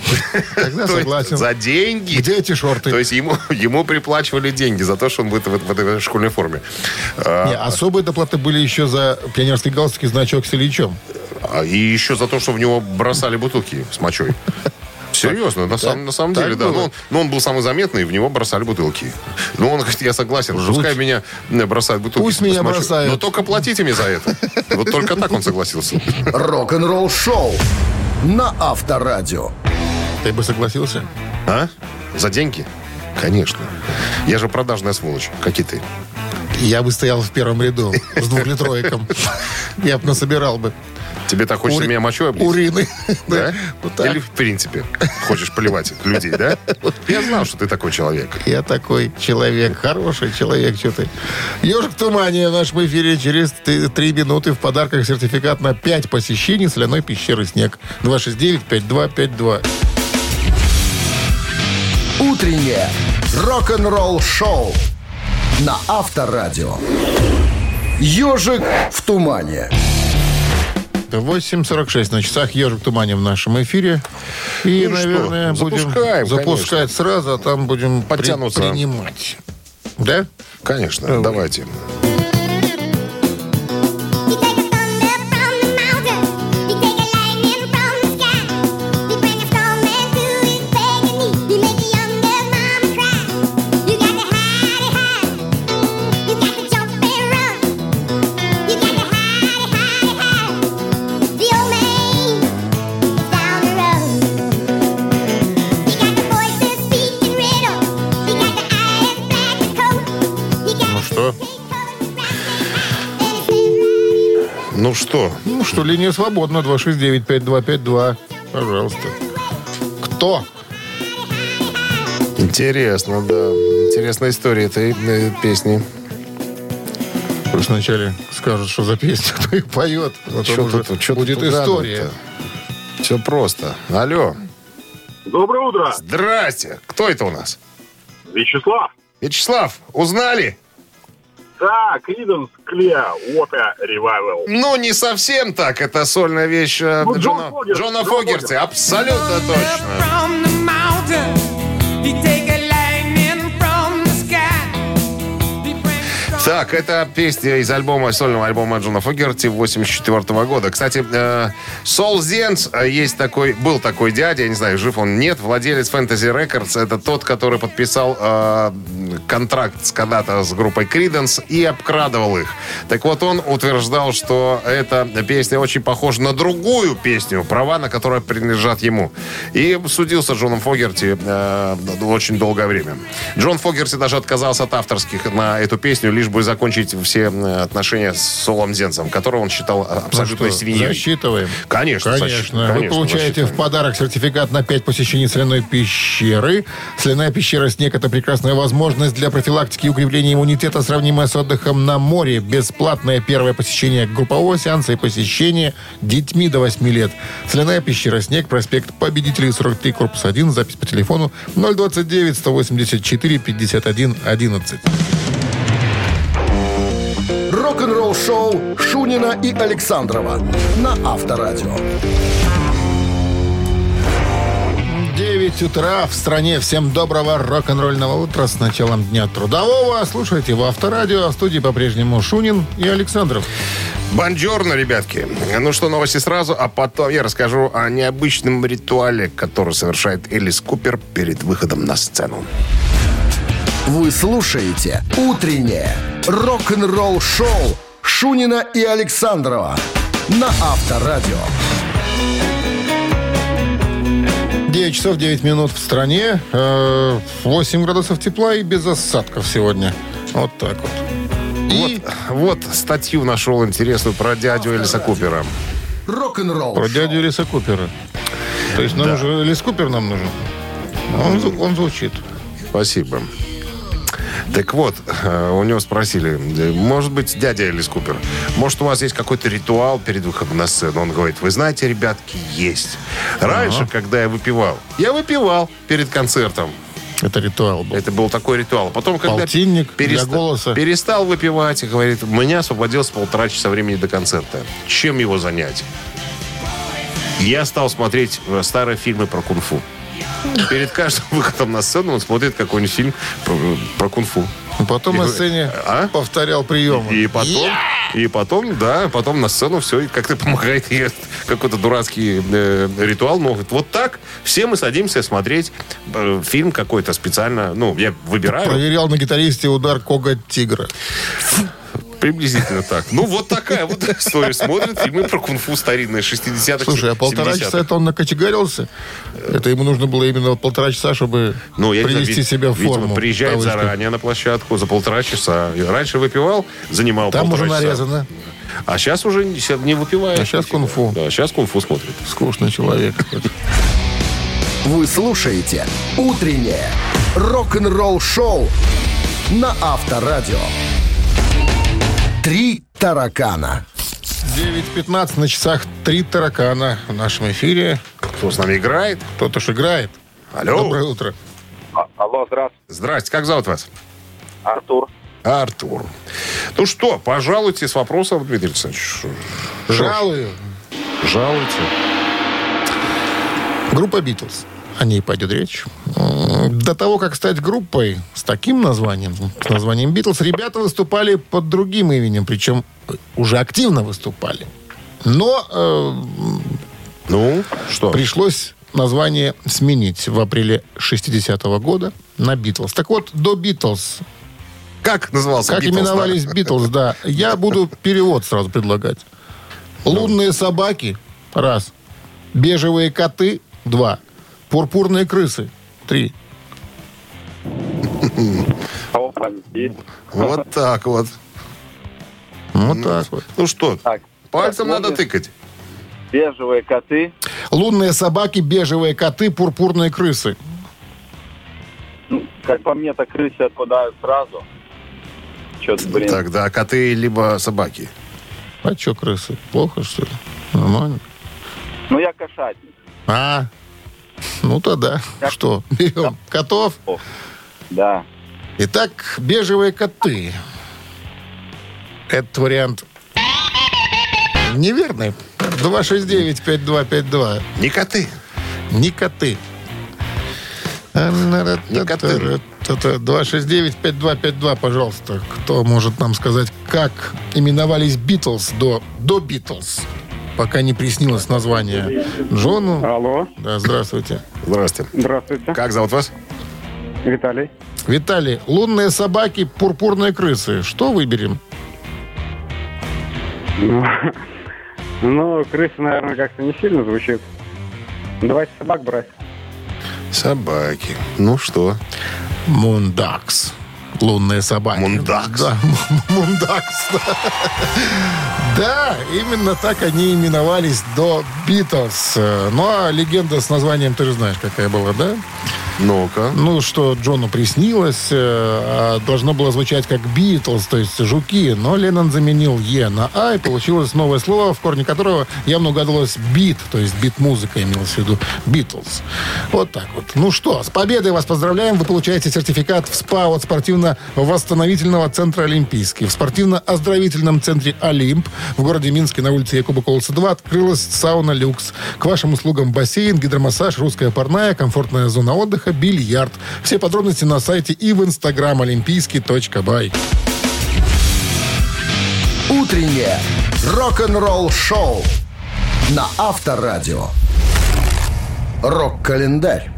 Speaker 2: Тогда
Speaker 3: То есть
Speaker 2: согласен.
Speaker 3: За деньги.
Speaker 2: Где эти шорты?
Speaker 3: То есть ему, ему приплачивали деньги за то, что он будет в, в этой школьной форме. А,
Speaker 2: Не, особые доплаты были еще за пионерский галстук и значок с Ильичом.
Speaker 3: А, И еще за то, что в него бросали бутылки с мочой. Серьезно, на, самом, на самом
Speaker 2: так
Speaker 3: деле, да.
Speaker 2: было?
Speaker 3: Но он, но он был самый заметный, и в него бросали бутылки. Ну, он говорит, я согласен, пускай меня э, бросают бутылки.
Speaker 2: Пусть
Speaker 3: с
Speaker 2: меня
Speaker 3: мочой,
Speaker 2: бросают.
Speaker 3: Но только платите мне за это. Вот только так он согласился.
Speaker 1: Рок-н-ролл-шоу на Авторадио.
Speaker 2: Ты бы согласился?
Speaker 3: А? За деньги? Конечно. Я же продажная сволочь, как и ты.
Speaker 2: Я бы стоял в первом ряду с двухлитровиком. Я бы насобирал бы.
Speaker 3: Тебе так хочется
Speaker 2: Ури-
Speaker 3: меня мочой облить?
Speaker 2: Урины.
Speaker 3: Да?
Speaker 2: Вот так.
Speaker 3: Или в принципе хочешь поливать людей, да? Я знал, что ты такой человек.
Speaker 2: Я такой человек, хороший человек, что ты. Ежик в тумане в нашем эфире через т- три минуты в подарках сертификат на 5 посещений соляной пещеры «Снег». 269-5252.
Speaker 1: Утреннее рок-н-ролл-шоу на Авторадио. Ежик в тумане.
Speaker 2: 8.46 на часах «Ежик в тумане» в нашем эфире. И,
Speaker 3: Ну что,
Speaker 2: наверное, будем
Speaker 3: запускаем,
Speaker 2: запускать сразу, а там будем при-
Speaker 3: Подтянутся.
Speaker 2: принимать. Да?
Speaker 3: Конечно, давайте.
Speaker 9: You take a thunder from the mountain, you take a lightning from the sky, you bring a snowman to his begging knee, you make a young girl's mama cry. You got to hide it hide, you got to jump and run, you got to hide it hide it hide. The old man is down the road. You got the voice that's speaking riddle, you got the eyes black and cold, you got
Speaker 2: Ну что?
Speaker 3: Ну что,
Speaker 2: Ну что, линия свободна. 269-5252. Пожалуйста. Кто?
Speaker 3: интересно, да. Интересная история этой э, песни.
Speaker 2: Пусть вначале скажут, что за песня, кто и поет. а Потом
Speaker 3: Чё
Speaker 2: уже
Speaker 3: тут- чё тут
Speaker 2: Ну, будет
Speaker 3: угадывать-то?
Speaker 2: история.
Speaker 3: Все просто. Алло.
Speaker 4: Доброе утро,
Speaker 3: Здрасте. Кто это у нас?
Speaker 4: Вячеслав.
Speaker 3: Вячеслав, узнали?
Speaker 4: Да, Криденс, Клеа, Опера, Ревайвел.
Speaker 3: Ну, не совсем так. Это сольная вещь э,
Speaker 4: Ну, Джон
Speaker 3: Джона,
Speaker 4: Фогерти,
Speaker 3: Джона
Speaker 4: Джон
Speaker 3: Фогерти.
Speaker 4: Фогерти.
Speaker 3: Абсолютно точно.
Speaker 7: From the mountain, you take a lightning from the sky. You bring a storm-
Speaker 3: Так, это песня из альбома, сольного альбома Джона Фогерти 84 года. Кстати, э, Сол Зенс, э, есть такой, был такой дядя, я не знаю, жив он, нет, владелец Fantasy Records, это тот, который подписал э, контракт с когда-то с группой Криденс и обкрадывал их. Так вот, он утверждал, что эта песня очень похожа на другую песню, права на которую принадлежат ему. И судился с Джоном Фогерти э, очень долгое время. Джон Фогерти даже отказался от авторских на эту песню, лишь бы закончить все э, отношения с Солом Зенсом, которого он считал абсолютно
Speaker 2: Ну что,
Speaker 3: свиньей.
Speaker 2: Засчитываем.
Speaker 3: Конечно, защ-
Speaker 2: Конечно. Вы
Speaker 3: конечно,
Speaker 2: получаете
Speaker 3: засчитываем.
Speaker 2: в подарок сертификат на 5 посещений соляной пещеры. Соляная пещера «Снег» — это прекрасная возможность для профилактики и укрепления иммунитета, сравнимая с отдыхом на море. Бесплатное первое посещение группового сеанса и посещение детьми до 8 лет. Соляная пещера «Снег», проспект Победителей, 43, корпус 1, запись по телефону 029-184-51-11.
Speaker 1: Рок-н-ролл-шоу Шунина и Александрова на Авторадио.
Speaker 2: 9 утра в стране. Всем доброго рок-н-ролльного утра с началом дня трудового. Слушайте в Авторадио. А в студии по-прежнему Шунин и Александров.
Speaker 3: Бонжорно, ребятки. Ну что, новости сразу, а потом я расскажу о необычном ритуале, который совершает Элис Купер перед выходом на сцену.
Speaker 1: Вы слушаете «Утреннее рок-н-ролл-шоу» Шунина и Александрова на Авторадио.
Speaker 2: 9 часов 9 минут в стране. Э, 8 градусов тепла и без осадков сегодня. Вот так вот. И
Speaker 3: Вот статью нашел интересную про дядю Элиса Купера.
Speaker 1: Рок-н-ролл
Speaker 2: про дядю Лиса Купера. То есть нам нужен Лис Купер нам нужен. Он, зв- он звучит.
Speaker 3: Спасибо. Так вот, э, у него спросили, э, может быть, дядя Элис Купер, может, у вас есть какой-то ритуал перед выходом на сцену? Он говорит, вы знаете, ребятки, есть. Раньше, когда я выпивал, я выпивал перед концертом.
Speaker 2: Это ритуал был.
Speaker 3: Это был такой ритуал. Потом, когда
Speaker 2: Полтинник для голоса.
Speaker 3: перестал выпивать, и говорит, у меня освободилось полтора часа времени до концерта. Чем его занять? Я стал смотреть э, старые фильмы про кунг-фу. Перед каждым выходом на сцену он смотрит какой-нибудь фильм про, про кунг-фу.
Speaker 2: Потом на сцене
Speaker 3: А?
Speaker 2: повторял приемы.
Speaker 3: И потом, и потом, да, потом на сцену все и как-то помогает ей какой-то дурацкий э, ритуал. Но говорит, вот так все мы садимся смотреть э, фильм какой-то специально. Ну, я выбираю.
Speaker 2: Проверял на гитаристе удар коготь тигра.
Speaker 3: Приблизительно так. Ну, вот такая вот история. Смотрят фильмы про кунг-фу старинные 60-х,
Speaker 2: Слушай, а полтора
Speaker 3: 70-х.
Speaker 2: часа это он накочегарился? Это ему нужно было именно полтора часа, чтобы
Speaker 3: Ну, я не знаю,
Speaker 2: привести
Speaker 3: вид-
Speaker 2: себя в
Speaker 3: видимо,
Speaker 2: форму. в
Speaker 3: приезжает
Speaker 2: кавычках.
Speaker 3: заранее на площадку за полтора часа. И Раньше выпивал, занимал
Speaker 2: Там уже
Speaker 3: полтора часа.
Speaker 2: нарезано.
Speaker 3: А сейчас уже не щас не выпивает.
Speaker 2: А щас кунг-фу.
Speaker 3: Да, сейчас кунг-фу смотрит.
Speaker 2: Скучный человек.
Speaker 1: Вы слушаете «Утреннее рок-н-ролл-шоу» на Авторадио. «Три таракана».
Speaker 2: 9.15 на часах три таракана в нашем эфире.
Speaker 3: Кто с нами играет?
Speaker 2: Кто-то ж играет.
Speaker 3: Алло.
Speaker 2: Доброе утро.
Speaker 4: Алло, здравствуйте,
Speaker 3: Здрасте, как зовут вас?
Speaker 4: Артур.
Speaker 3: Артур. Ну что, пожалуйте с вопросом, Дмитрий Александрович.
Speaker 2: Жалую.
Speaker 3: Жалуйте.
Speaker 2: Группа Битлз. О ней пойдет речь. М, До того, как стать группой с таким названием, с названием Битлз, ребята выступали под другим именем, причем уже активно выступали. Но э,
Speaker 3: Ну, что?
Speaker 2: пришлось название сменить в апреле 60-го года на Битлз. Так вот, до Битлз.
Speaker 3: Как назывался
Speaker 2: Как
Speaker 3: Beatles,
Speaker 2: именовались
Speaker 3: да?
Speaker 2: Битлз, да. Я буду перевод сразу предлагать. Лунные собаки. Раз. Бежевые коты. Два. Пурпурные крысы. Три.
Speaker 4: Опа, и
Speaker 3: Вот так вот.
Speaker 2: Вот так вот.
Speaker 3: Ну что,
Speaker 4: так.
Speaker 3: пальцем
Speaker 4: Так,
Speaker 3: надо
Speaker 4: лунные-
Speaker 3: тыкать.
Speaker 4: Бежевые коты.
Speaker 2: Лунные собаки, бежевые коты, пурпурные крысы.
Speaker 4: Ну, как по мне, так крысы отпадают сразу. Чё-то, блин.
Speaker 3: Тогда коты либо собаки.
Speaker 2: А что крысы? Плохо, что ли? Нормально.
Speaker 4: Ну, я кошатник.
Speaker 2: А, ну тогда что, берем котов.
Speaker 4: Да.
Speaker 2: Итак, бежевые коты. Этот вариант неверный. 269-5252.
Speaker 3: Не коты.
Speaker 2: Не коты.
Speaker 3: Не коты.
Speaker 2: Э, 269-5252, пожалуйста. Кто может нам сказать, как именовались Битлз до, до Битлз? Пока не приснилось название Джону.
Speaker 10: Алло,
Speaker 2: Да, здравствуйте.
Speaker 3: Здравствуйте.
Speaker 10: здравствуйте.
Speaker 3: Как зовут вас?
Speaker 10: Виталий.
Speaker 2: Виталий, лунные собаки, пурпурные крысы. Что выберем?
Speaker 10: Ну, ну, крыса, наверное, как-то не сильно звучит. Давайте собак брать.
Speaker 3: Собаки. Ну что?
Speaker 2: Мундакс. Лунные собаки.
Speaker 3: Мундакс?
Speaker 2: Да, м- м- мундакс. да. Да, именно так они именовались до Битлз. Э, Ну, а легенда с названием, ты же знаешь, какая была, да?
Speaker 3: Ну-ка.
Speaker 2: Ну, что Джону приснилось, э, а должно было звучать как Битлз, то есть жуки, но Леннон заменил Е на А, и получилось новое слово, в корне которого явно угадалось бит, то есть бит-музыка имелось в виду, Битлз. Вот так вот. Ну что, с победой вас поздравляем, вы получаете сертификат в СПА от А спортивно-восстановительного центра Олимпийский. В спортивно-оздоровительном центре Олимп в городе Минске на улице Якуба Колоса 2 открылась сауна «Люкс». К вашим услугам бассейн, гидромассаж, русская парная, комфортная зона отдыха, бильярд. Все подробности на сайте и в инстаграм олимпийский.бай.
Speaker 1: Утреннее рок-н-ролл-шоу на Авторадио. Рок-календарь.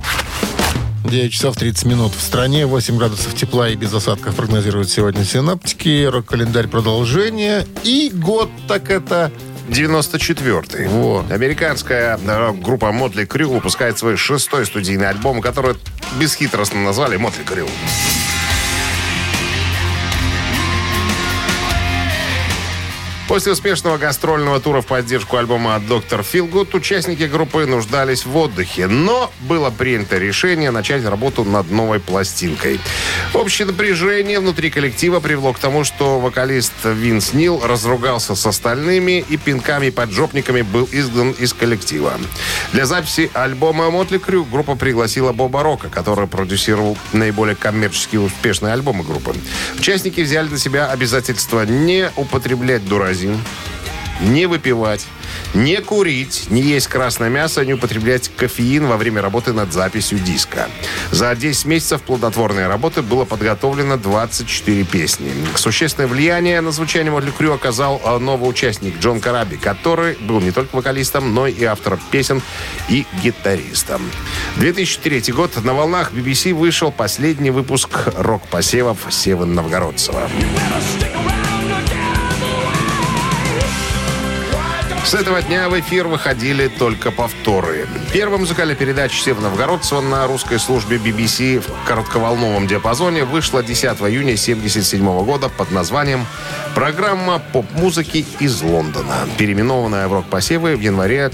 Speaker 2: 9 часов 30 минут в стране, 8 градусов тепла и без осадков прогнозируют сегодня синаптики. Рок-календарь продолжение. И год так это...
Speaker 3: 94-й.
Speaker 2: Во.
Speaker 3: Американская э, группа Мотли Крю выпускает свой шестой студийный альбом, который бесхитростно назвали Мотли Крю. После успешного гастрольного тура в поддержку альбома «Доктор Филгуд» участники группы нуждались в отдыхе, но было принято решение начать работу над новой пластинкой. Общее напряжение внутри коллектива привело к тому, что вокалист Винс Нил разругался с остальными и пинками и поджопниками был изгнан из коллектива. Для записи альбома «Мотли Крю» группа пригласила Боба Рока, который продюсировал наиболее коммерчески успешные альбомы группы. Участники взяли на себя обязательство не употреблять дуразин, не выпивать, не курить, не есть красное мясо, не употреблять кофеин во время работы над записью диска. За 10 месяцев плодотворной работы было подготовлено 24 песни. Существенное влияние на звучание Мотли Крю оказал э, новый участник Джон Караби, который был не только вокалистом, но и автором песен и гитаристом. 2003 год на волнах BBC вышел последний выпуск рок-посевов Севен Новгородцева. С этого дня в эфир выходили только повторы. Первым музыкальной передачи Севновгородцева на русской службе BBC в коротковолновом диапазоне вышла 10 июня 1977 года под названием «Программа поп-музыки из Лондона», переименованная в «Рок-посевы» в январе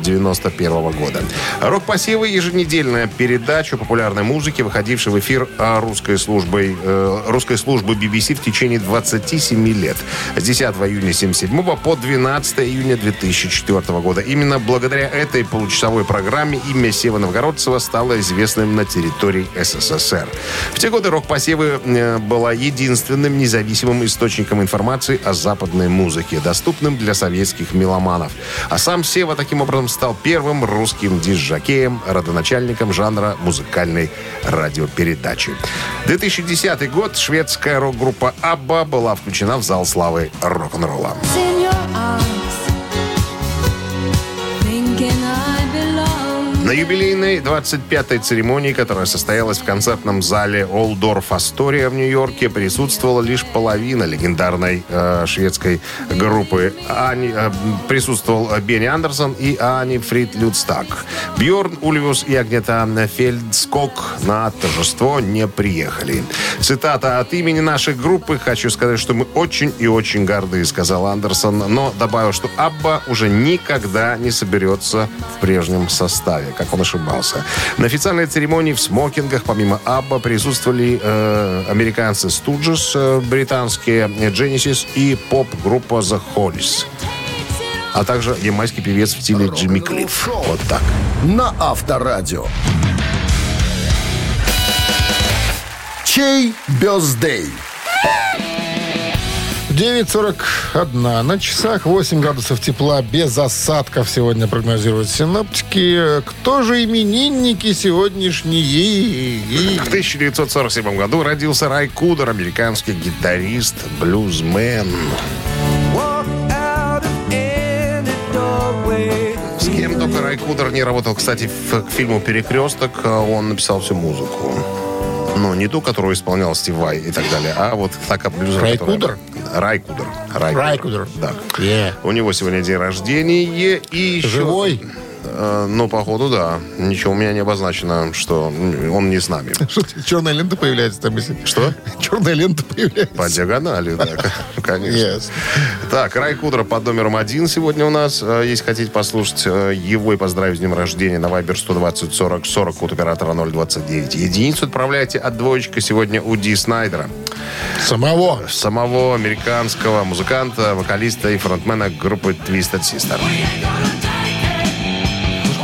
Speaker 3: 1991 года. «Рок-посевы» — еженедельная передача популярной музыки, выходившая в эфир э, русской службой, э, русской службы BBC в течение 27 лет. С 10 июня 1977 по 12 июня июня 2004 года. Именно благодаря этой получасовой программе имя Сева Новгородцева стало известным на территории СССР. В те годы рок-посевы э, была единственным независимым источником информации о западной музыке, доступным для советских меломанов. А сам Сева таким образом стал первым русским дизжакеем, родоначальником жанра музыкальной радиопередачи. 2010 год шведская рок-группа «Абба» была включена в зал славы рок-н-ролла.
Speaker 7: in your arms, thinking I belong.
Speaker 3: На юбилейной 25-й церемонии, которая состоялась в концертном зале Олдорф Астория в Нью-Йорке, присутствовала лишь половина легендарной э, шведской группы. Ани, э, присутствовал э, Бенни Андерсон и Ани Фрид Людстак. Бьорн Ульвус и Агнета Фельдскок на торжество не приехали. Цитата от имени нашей группы «Хочу сказать, что мы очень и очень горды», сказал Андерсон, но добавил, что Абба уже никогда не соберется в прежнем составе, как он ошибался. На официальной церемонии в смокингах помимо Абба присутствовали э, американцы Студжес, э, британские Genesis и поп-группа The Hollies, а также ямайский певец в стиле Джимми Клифф. Вот так.
Speaker 1: на Авторадио. Чей бездей?
Speaker 2: 9.41 на часах, 8 градусов тепла, без осадков сегодня прогнозируют синоптики. Кто же именинники сегодняшние?
Speaker 3: В 1947 году родился Рай Кудер, американский гитарист, блюзмен. С кем только Рай Кудер не работал. Кстати, в, к фильму «Перекресток» э, он написал всю музыку. Но не ту, которую исполнял Стив Вай и так далее, а вот так как блюзер.
Speaker 2: Рай
Speaker 3: который-
Speaker 2: Кудер?
Speaker 3: Рай Кудер. Рай Кудер.
Speaker 2: Рай Кудер.
Speaker 3: Да.
Speaker 2: Е.
Speaker 3: У него сегодня день рождения и еще...
Speaker 2: Живой?
Speaker 3: Э, Ну, походу, да. Ничего у меня не обозначено, что он не с нами.
Speaker 2: Что Черная лента появляется там, если... Что? Черная лента появляется.
Speaker 3: По диагонали, да, к- конечно.
Speaker 2: Yes.
Speaker 3: Так, Рай Кудра под номером один сегодня у нас. Э, Если хотите послушать э, его и поздравить с днем рождения на Viber 120 40 40 код оператора 029 единицу отправляйте от двоечка сегодня у Ди Снайдера.
Speaker 2: Самого.
Speaker 3: Самого американского музыканта, вокалиста и фронтмена группы Twisted Sister.
Speaker 2: Слушай,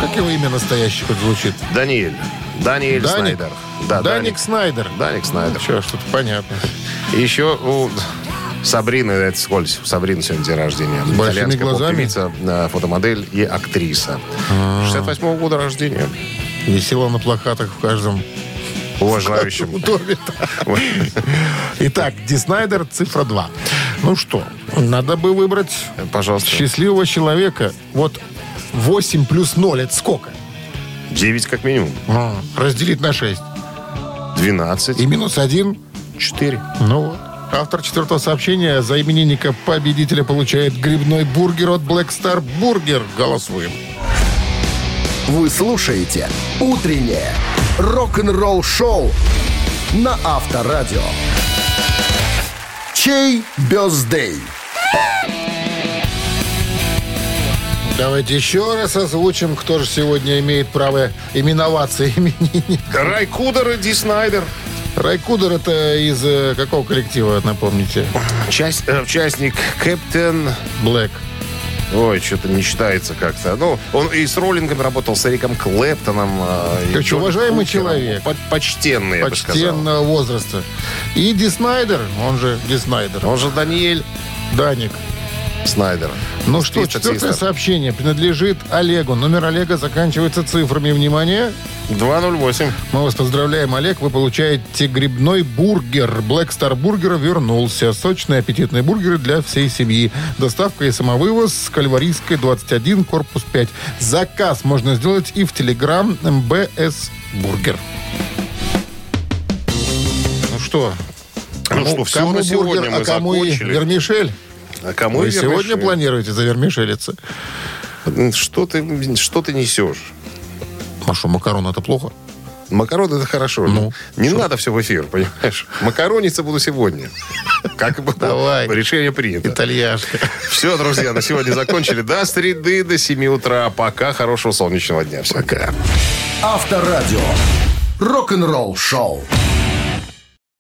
Speaker 2: Как его имя настоящее хоть звучит?
Speaker 3: Даниэль. Даниэль
Speaker 2: Даник?
Speaker 3: Снайдер. Да,
Speaker 2: Даник
Speaker 3: Даник.
Speaker 2: Снайдер.
Speaker 3: Даник Снайдер.
Speaker 2: Че, что-то понятно.
Speaker 3: И Еще у Сабрины, это скользь, у Сабрины сегодня день рождения.
Speaker 2: большими
Speaker 3: Итальянская
Speaker 2: глазами? А.
Speaker 3: поп-певица, э, фотомодель и актриса. 68 года рождения.
Speaker 2: Весело на плакатах в каждом
Speaker 3: Уважающим.
Speaker 2: доме.
Speaker 3: Вот.
Speaker 2: Итак, Ди Снайдер, цифра 2. Ну что, надо бы выбрать
Speaker 3: Пожалуйста.
Speaker 2: счастливого человека. Вот 8 плюс 0, это сколько?
Speaker 3: 9 как минимум.
Speaker 2: А, Разделить на 6.
Speaker 3: 12.
Speaker 2: И минус 1.
Speaker 3: 4.
Speaker 2: Ну вот. Автор четвертого сообщения за именинника победителя получает грибной бургер от Black Star Burger. Голосуем.
Speaker 1: Вы слушаете «Утреннее рок-н-ролл-шоу» на Авторадио. Чей бездей?
Speaker 2: Давайте еще раз озвучим, кто же сегодня имеет право именоваться именинник.
Speaker 3: Рай Кудер и Ди Снайдер.
Speaker 2: Райкудер это из э, какого коллектива, напомните?
Speaker 3: Часть, э, участник Кэптен...
Speaker 2: Блэк.
Speaker 3: Ой, что-то не считается как-то. Ну, он и с Роллингом работал, с Эриком Клэптоном. э, и
Speaker 2: Короче,
Speaker 3: Джоном
Speaker 2: уважаемый
Speaker 3: Кукером.
Speaker 2: человек.
Speaker 3: По- Почтенный, я бы сказал.
Speaker 2: Почтенного возраста. И Ди Снайдер, он же Ди Снайдер.
Speaker 3: Он же Даниэль
Speaker 2: Даник.
Speaker 3: Снайдер.
Speaker 2: Ну что,
Speaker 3: Список
Speaker 2: четвертое
Speaker 3: списков.
Speaker 2: сообщение принадлежит Олегу. Номер Олега заканчивается цифрами. Внимание,
Speaker 3: 208.
Speaker 2: мы вас поздравляем, Олег. Вы получаете грибной бургер. Black Star Burger вернулся. Сочные аппетитные бургеры для всей семьи. Доставка и самовывоз с Кальварийской 21, корпус 5. Заказ можно сделать и в Телеграм МБС Бургер. Ну что,
Speaker 3: Ну что, все
Speaker 2: кому
Speaker 3: на
Speaker 2: бургер,
Speaker 3: сегодня мы
Speaker 2: а кому и
Speaker 3: закончили.
Speaker 2: вермишель?
Speaker 3: А кому
Speaker 2: Вы
Speaker 3: и
Speaker 2: сегодня
Speaker 3: вермишель?
Speaker 2: планируете завермишелиться?
Speaker 3: Что ты, что ты несешь?
Speaker 2: А что, макарон это плохо?
Speaker 3: Макароны это хорошо.
Speaker 2: Ну,
Speaker 3: не надо все в эфир, понимаешь? Макарониться буду сегодня. Как бы
Speaker 2: Давай.
Speaker 3: решение принято.
Speaker 2: Итальяшка.
Speaker 3: Все, друзья, на сегодня закончили. До среды, до 7 утра. Пока. Хорошего солнечного дня. Всем. Пока.
Speaker 1: Авторадио. Рок-н-ролл-шоу.